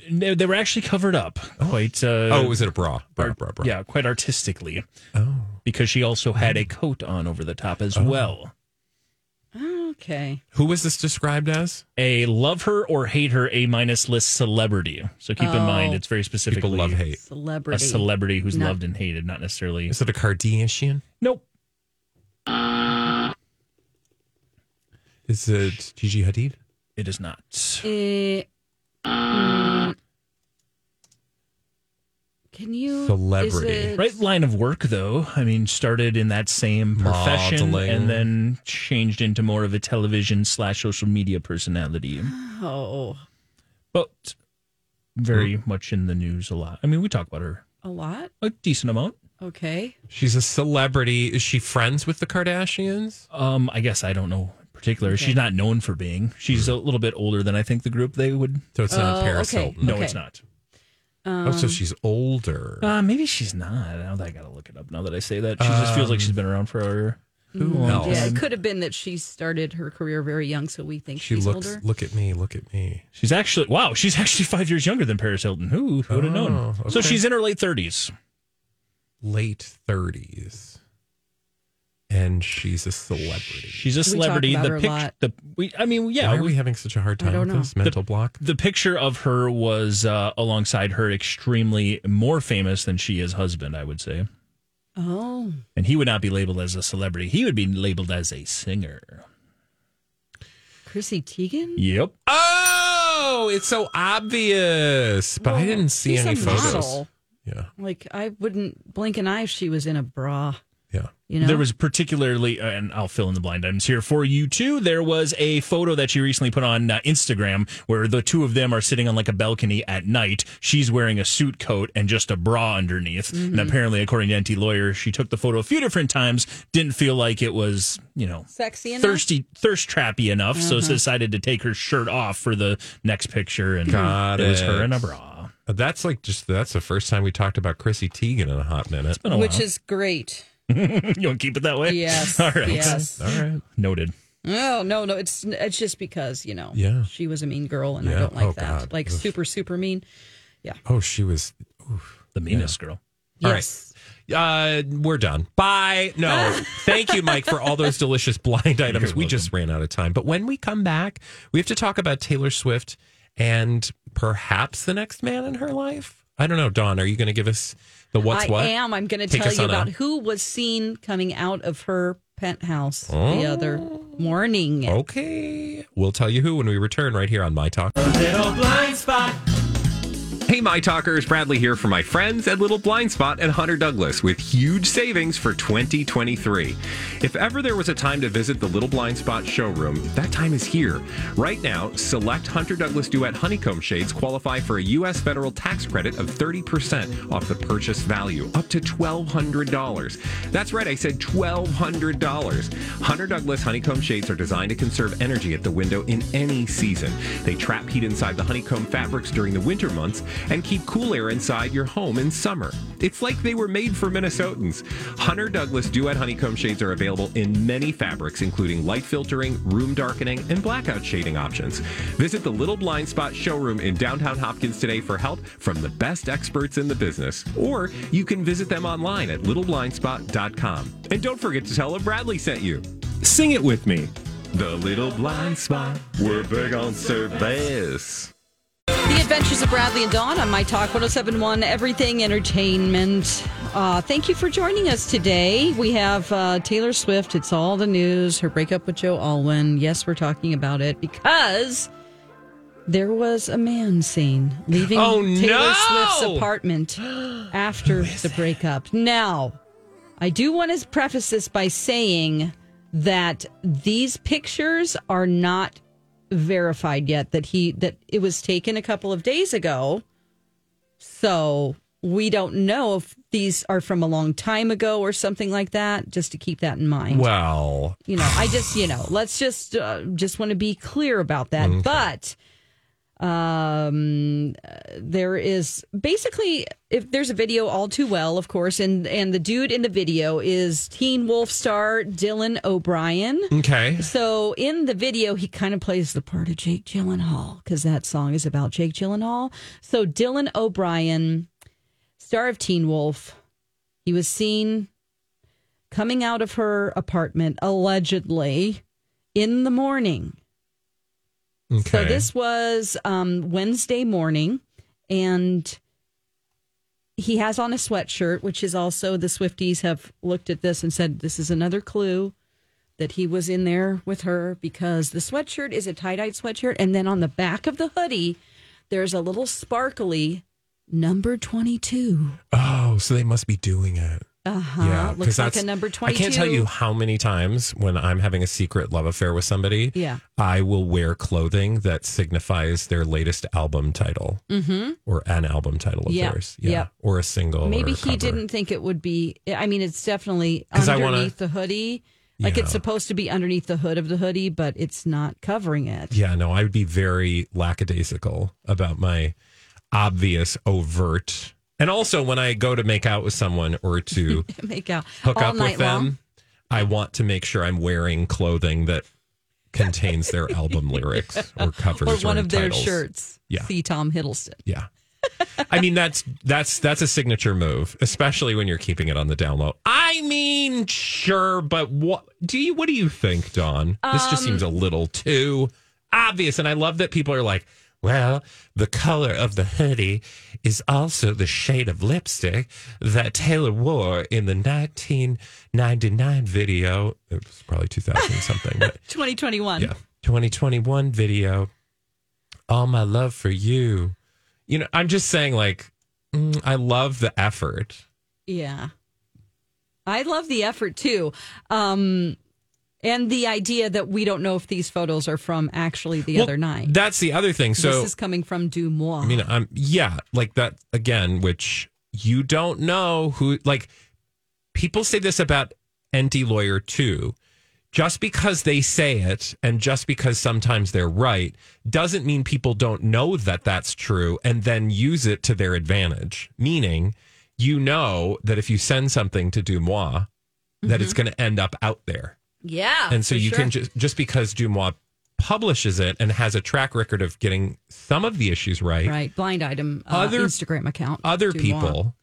S3: No, they were actually covered up quite. Uh,
S2: was Oh. it a bra? Bra, bra, bra.
S3: Yeah, quite artistically. Oh. Because she also had a coat on over the top
S2: Oh.
S3: as well.
S1: Okay.
S2: Who was this described as?
S3: A love her or hate her A minus list celebrity. So keep in mind, it's very specifically
S2: People love hate.
S3: a
S1: Celebrity.
S3: celebrity who's
S1: Not-
S3: loved and hated, not necessarily.
S2: Is it a Kardashian?
S3: Nope.
S2: Is it Gigi Hadid?
S3: It is not.
S1: Eh, mm, can you is
S2: Celebrity.
S1: it-
S3: Right line of work, though. I mean, started in that same profession
S2: Modeling.
S3: and then changed into more of a television slash social media personality.
S1: Oh,
S3: But very much in the news a lot. I mean, we talk about her
S1: a lot.
S3: a decent amount.
S1: Okay.
S2: She's a celebrity. Is she friends with the Kardashians?
S3: Um, I guess I don't know in particular. She's not known for being. She's a little bit older than I think the group they would.
S2: So it's not
S1: Oh,
S2: Paris
S1: okay. Um,
S2: Hilton.
S3: No, it's not.
S2: oh, so she's older.
S3: Uh, maybe she's not. Now that I gotta look it up. Now that I say that, she just feels like she's been around for.
S2: Who else?
S1: Yeah, it could have been that she started her career very young, so we think
S2: She
S1: she's
S2: looks.
S1: older.
S2: Look at me. Look at me.
S3: She's actually wow. She's actually five years younger than Paris Hilton. Who who would have known?
S2: Oh,
S3: So
S2: okay.
S3: she's in her late thirties.
S2: Late thirties, and she's a celebrity.
S3: She's a
S1: talk
S3: celebrity.
S1: about
S3: the
S1: her a
S3: pic-
S1: lot.
S3: the we. I mean, yeah.
S2: Why are
S3: we-
S2: we having such a hard time
S1: don't
S2: with
S1: know.
S2: this mental block?
S3: the picture of her was uh, alongside her extremely more famous than she is husband. I would say,
S1: Oh,
S3: and he would not be labeled as a celebrity. He would be labeled as a singer.
S1: Chrissy Teigen.
S3: Yep.
S2: Oh, it's so obvious, but I
S1: Well,
S2: didn't see
S1: she's
S2: any
S1: a
S2: photos.
S1: model.
S2: Yeah,
S1: Like I wouldn't blink an eye if she was in a bra.
S2: yeah.
S1: You know.
S3: There was particularly, uh, and I'll fill in the blind items here for you too. There was a photo that she recently put on uh, Instagram where the two of them are sitting on like a balcony at night. She's wearing a suit coat and just a bra underneath.
S1: Mm-hmm.
S3: And apparently, according to NT Lawyer, she took the photo a few different times, didn't feel like it was, you know,
S1: sexy enough. Uh-huh.
S3: thirsty, thirst trappy enough. So decided to take her shirt off for the next picture. And
S2: Got
S3: it was
S2: it.
S3: her in a bra.
S2: That's like just that's the first time we talked about Chrissy Teigen in a hot minute.
S3: Been a
S1: which
S3: while.
S1: is great.
S3: you want to keep it that way?
S1: Yes.
S3: All right.
S1: Yes.
S2: All right.
S3: Noted.
S1: Oh no, no, it's it's just because you know,
S2: Yeah.
S1: she was a mean girl, and I
S2: Yeah.
S1: don't like
S2: Oh,
S1: that,
S2: God.
S1: like
S2: Oof.
S1: super, super mean.
S2: Oh, she was.
S3: The meanest girl.
S2: All right. Uh, we're done. Bye. No. Thank you, Mike, for all those delicious blind items. We just ran out of time. But when we come back, we have to talk about Taylor Swift and perhaps the next man in her life. I don't know. Dawn, are you going to give us the what's
S1: I
S2: what?
S1: am. I'm going to
S2: Take
S1: tell
S2: us
S1: you
S2: on a-
S1: about who was seen coming out of her penthouse the
S2: Oh.
S1: other morning.
S2: Okay. We'll tell you who when we return right here on My Talk. Hey, My Talkers. Bradley here for my friends at Little Blind Spot and Hunter Douglas with huge savings for 2023. If ever there was a time to visit the Little Blind Spot showroom, that time is here. Right now, select Hunter Douglas Duet Honeycomb Shades qualify for a U.S. federal tax credit of 30% off the purchase value, up to $1,200. That's right, I said $1,200. Hunter Douglas Honeycomb Shades are designed to conserve energy at the window in any season. They trap heat inside the honeycomb fabrics during the winter months and keep cool air inside your home in summer. It's like they were made for Minnesotans. Hunter Douglas Duet Honeycomb Shades are available in many fabrics, including light filtering, room darkening, and blackout shading options. Visit the Little Blind Spot showroom in downtown Hopkins today for help from the best experts in the business. Or you can visit them online at littleblindspot.com. And don't forget to tell them Bradley sent you. Sing it with me. The Little Blind Spot. We're big on service.
S1: The Adventures of Bradley and Dawn on My Talk 1071 Everything Entertainment. Uh, thank you for joining us today. We have uh, Taylor Swift. It's all the news, her breakup with Joe Alwyn. Yes, we're talking about it because there was a man seen leaving
S2: Oh,
S1: Taylor
S2: no!
S1: Swift's apartment after the breakup. Now, I do want to preface this by saying that these pictures are not verified yet that he that it was taken a couple of days ago. So we don't know if these are from a long time ago or something like that. Just to keep that in mind.
S2: Well,
S1: you know, I just you know, let's just uh, just want to be clear about that. But um there is basically if there's a video all too well of course and and the dude in the video is teen wolf star dylan o'brien
S2: okay.
S1: so in the video, he kind of plays the part of Jake Gyllenhaal because that song is about Jake Gyllenhaal. So Dylan O'Brien, star of Teen Wolf, he was seen coming out of her apartment allegedly in the morning.
S2: Okay.
S1: So this was um, Wednesday morning, and he has on a sweatshirt, which is also the Swifties have looked at this and said this is another clue that he was in there with her because the sweatshirt is a tie dye sweatshirt, and then on the back of the hoodie, there's a little sparkly number twenty two.
S2: Oh, so they must be doing it.
S1: Uh huh. Looks
S2: 'cause
S1: like
S2: that's-
S1: a number twenty
S2: I
S1: two.
S2: can't tell you how many times when I'm having a secret love affair with somebody,
S1: Yeah.
S2: I will wear clothing that signifies their latest album title
S1: Mm-hmm.
S2: or an album title of
S1: Yeah,
S2: theirs. Yeah.
S1: yeah.
S2: Or a single.
S1: Maybe
S2: or a
S1: he
S2: cover.
S1: didn't think it would be. I mean, it's definitely
S2: 'Cause
S1: underneath
S2: I wanna-
S1: the hoodie. Like
S2: Yeah.
S1: it's supposed to be underneath the hood of the hoodie, but it's not covering it.
S2: Yeah, no, I would be very lackadaisical about my obvious overt. And also, when I go to make out with someone or to
S1: Make out
S2: hook
S1: all
S2: up
S1: night
S2: with them,
S1: long.
S2: I want to make sure I'm wearing clothing that contains their album lyrics or covers
S1: or one of their
S2: titles.
S1: shirts.
S2: Yeah.
S1: See Tom Hiddleston.
S2: Yeah. I mean that's that's that's a signature move, especially when you're keeping it on the down low. I mean, sure, but what do you what do you think, Dawn? This just seems a little too obvious, and I love that people are like, "Well, the color of the hoodie is also the shade of lipstick that Taylor wore in the 1999 video. It was probably 2000 something, but
S1: 2021.
S2: yeah. 2021 video. All my love for you. You know, I'm just saying, like, mm, I love the effort.
S1: Yeah. I love the effort too. Um and the idea that we don't know if these photos are from actually the
S2: Well,
S1: other night.
S2: That's the other thing. So,
S1: this is coming from Dumois.
S2: I mean, I'm, yeah, like that again, which you don't know who, like, people say this about ND Lawyer too. Just because they say it and just because sometimes they're right doesn't mean people don't know that that's true and then use it to their advantage. Meaning, you know that if you send something to Dumois, that it's going to end up out there.
S1: Yeah.
S2: and so
S1: Mm-hmm. for
S2: you
S1: sure.
S2: can just just because Dumois publishes it and has a track record of getting some of the issues right,
S1: Right. Blind item uh,
S2: Other-
S1: Instagram account.
S2: other
S1: Do you want-
S2: people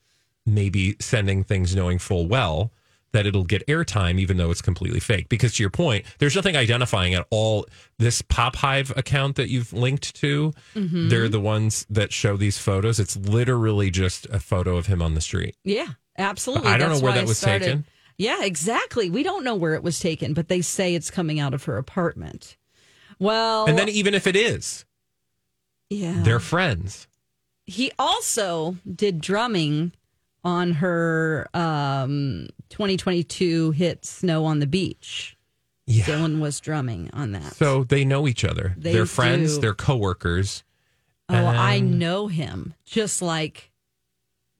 S2: may be sending things knowing full well that it'll get airtime even though it's completely fake because to your point there's nothing identifying at all this pop hive account that you've linked to
S1: Mm-hmm.
S2: they're the ones that show these photos it's literally just a photo of him on the street
S1: Yeah, absolutely.
S2: I don't
S1: That's
S2: know where
S1: why
S2: that
S1: I
S2: was
S1: started-
S2: taken.
S1: Yeah, exactly. We don't know where it was taken, but they say it's coming out of her apartment. Well,
S2: and then even if it is
S1: yeah.
S2: they're friends
S1: he also did drumming on her um, 2022 hit Snow on the Beach.
S2: yeah
S1: Dylan was drumming on that.
S2: so they know each other
S1: They
S2: they are friends
S1: do.
S2: they're coworkers
S1: oh, I
S2: and-
S1: know him, just like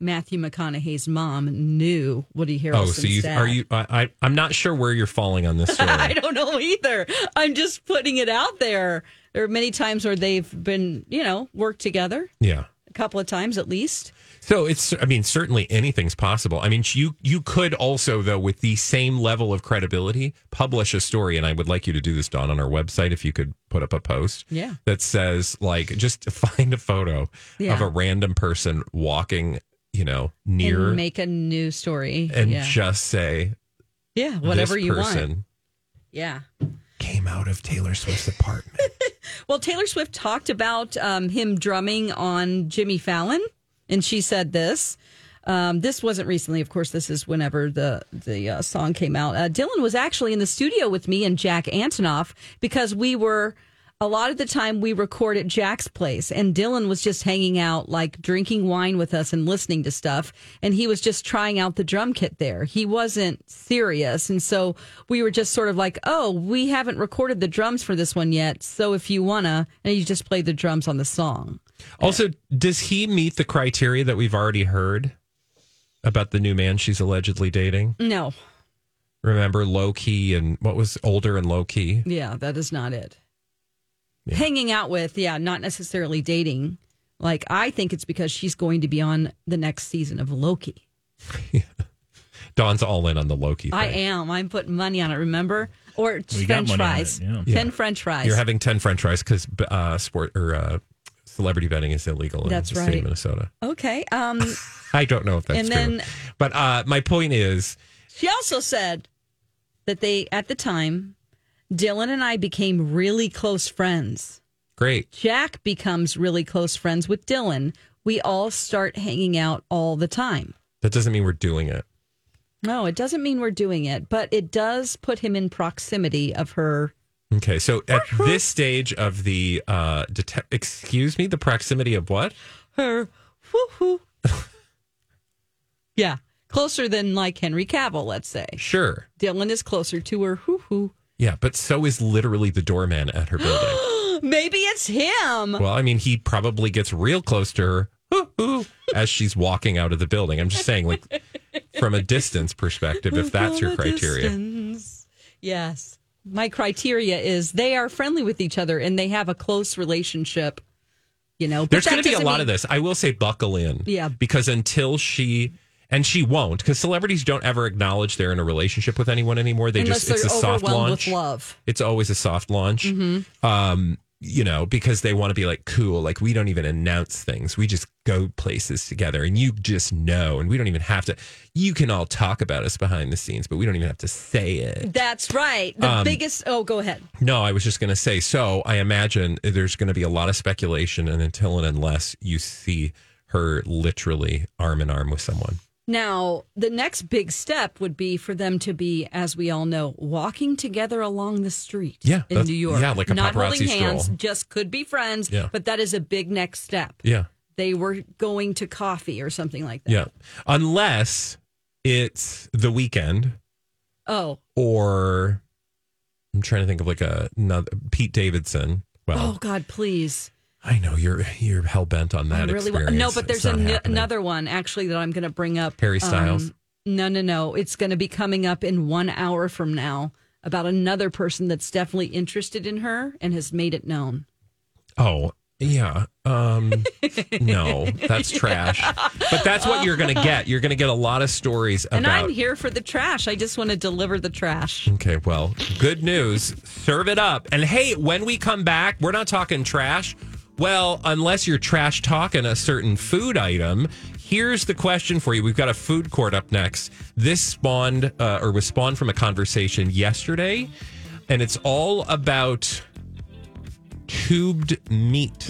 S1: Matthew McConaughey's mom knew Woody Harrelson.
S2: oh so you are you I, I i'm not sure where you're falling on this story
S1: I don't know either. I'm just putting it out there. There are many times where they've been, you know, worked together
S2: yeah
S1: a couple of times at least.
S2: So it's, I mean, certainly anything's possible. I mean, you you could also, though, with the same level of credibility, publish a story, and I would like you to do this, Dawn, on our website if you could put up a post,
S1: Yeah.
S2: that says like just find a photo of
S1: Yeah.
S2: a random person walking, you know, near,
S1: and
S2: and,
S1: make a new story. yeah.
S2: just say
S1: yeah, whatever
S2: this
S1: you
S2: person
S1: want. Yeah.
S2: came out of Taylor Swift's apartment.
S1: Well, Taylor Swift talked about um, him drumming on Jimmy Fallon, and she said this. Um, this wasn't recently, of course. This is whenever the the uh, song came out. Uh, Dylan was actually in the studio with me and Jack Antonoff because we were a lot of the time we record at Jack's place, and Dylan was just hanging out, like drinking wine with us and listening to stuff. And he was just trying out the drum kit there. He wasn't serious, and so we were just sort of like, "Oh, we haven't recorded the drums for this one yet, so if you wanna," and you just play the drums on the song.
S2: also, does he meet the criteria that we've already heard about the new man she's allegedly dating?
S1: No,
S2: remember low key and what was older and low key
S1: Yeah, that is not it. Hanging out with, yeah, not necessarily dating. Like I think it's because she's going to be on the next season of Loki.
S2: don's all in on the low key thing.
S1: I am. I'm putting money on it. Remember, or
S3: We got
S1: French
S3: money on
S1: fries.
S3: it, yeah.
S1: Ten French fries.
S2: you're having 10 french fries because uh sport or uh celebrity betting is illegal in
S1: That's
S2: the state
S1: right.
S2: of minnesota
S1: okay. Um,
S2: i don't know if that's
S1: And
S2: true
S1: then-
S2: but uh my point is
S1: she also said that they at the time, Dylan and I became really close friends.
S2: great
S1: Jack becomes really close friends with Dylan. We all start hanging out all the time.
S2: that doesn't mean we're doing it
S1: No, it doesn't mean we're doing it, but it does put him in proximity of her.
S2: okay so at this stage of the uh dete- excuse me the proximity of what
S1: Her. Woo-hoo. yeah, closer than like Henry Cavill, let's say.
S2: sure
S1: Dylan is closer to her. Hoo hoo.
S2: yeah but so is literally the doorman at her building
S1: Maybe it's him.
S2: Well, I mean, he probably gets real close to her hoo-hoo, as she's walking out of the building. I'm just saying, like, from a distance perspective, if that's your
S1: From a
S2: criteria.
S1: distance. Yes. My criteria is they are friendly with each other and they have a close relationship. You know, but
S2: There's
S1: that
S2: going to be a
S1: doesn't
S2: lot
S1: mean-
S2: of this. I will say, buckle in.
S1: Yeah.
S2: Because until she. And she won't, because celebrities don't ever acknowledge they're in a relationship with anyone anymore. They
S1: Unless
S2: just it's a
S1: they're
S2: soft
S1: overwhelmed
S2: launch.
S1: with love.
S2: It's always a soft launch. Um, you know, because they want to be like cool. Like we don't even announce things. We just go places together and you just know and we don't even have to you can all talk about us behind the scenes, but we don't even have to say it.
S1: That's right. The
S2: Um,
S1: biggest. Oh, go ahead.
S2: No, I was just gonna say, so I imagine there's gonna be a lot of speculation and until and unless you see her literally arm in arm with someone.
S1: Now, the next big step would be for them to be, as we all know, walking together along the street
S2: Yeah,
S1: in
S2: that's-
S1: New York.
S2: yeah, like a
S1: Not holding
S2: paparazzi
S1: hands,
S2: stroll.
S1: just could be friends,
S2: Yeah.
S1: but that is a big next step.
S2: Yeah.
S1: They were going to coffee or something like that.
S2: Yeah. Unless it's the weekend
S1: Oh,
S2: or I'm trying to think of like a another, Pete Davidson. Well,
S1: oh God, please.
S2: I know you're you're hell bent on that.
S1: I really want.
S2: experience.
S1: No, but
S2: It's
S1: there's
S2: not
S1: an-
S2: happening.
S1: another one actually that I'm going to bring up. Um,
S2: Harry Styles?
S1: no, no, no. It's going to be coming up in one hour from now about another person that's definitely interested in her and has made it known.
S2: Oh, Yeah. Um, no, that's trash. But that's what you're going to get. You're going to get a lot of stories about.
S1: And I'm here for the trash. I just want to deliver the trash.
S2: Okay, well, good news. Serve it up. And hey, when we come back, we're not talking trash. Well, unless you're trash talking a certain food item, here's the question for you. We've got a food court up next. This spawned uh, or was spawned from a conversation yesterday, and it's all about tubed meat.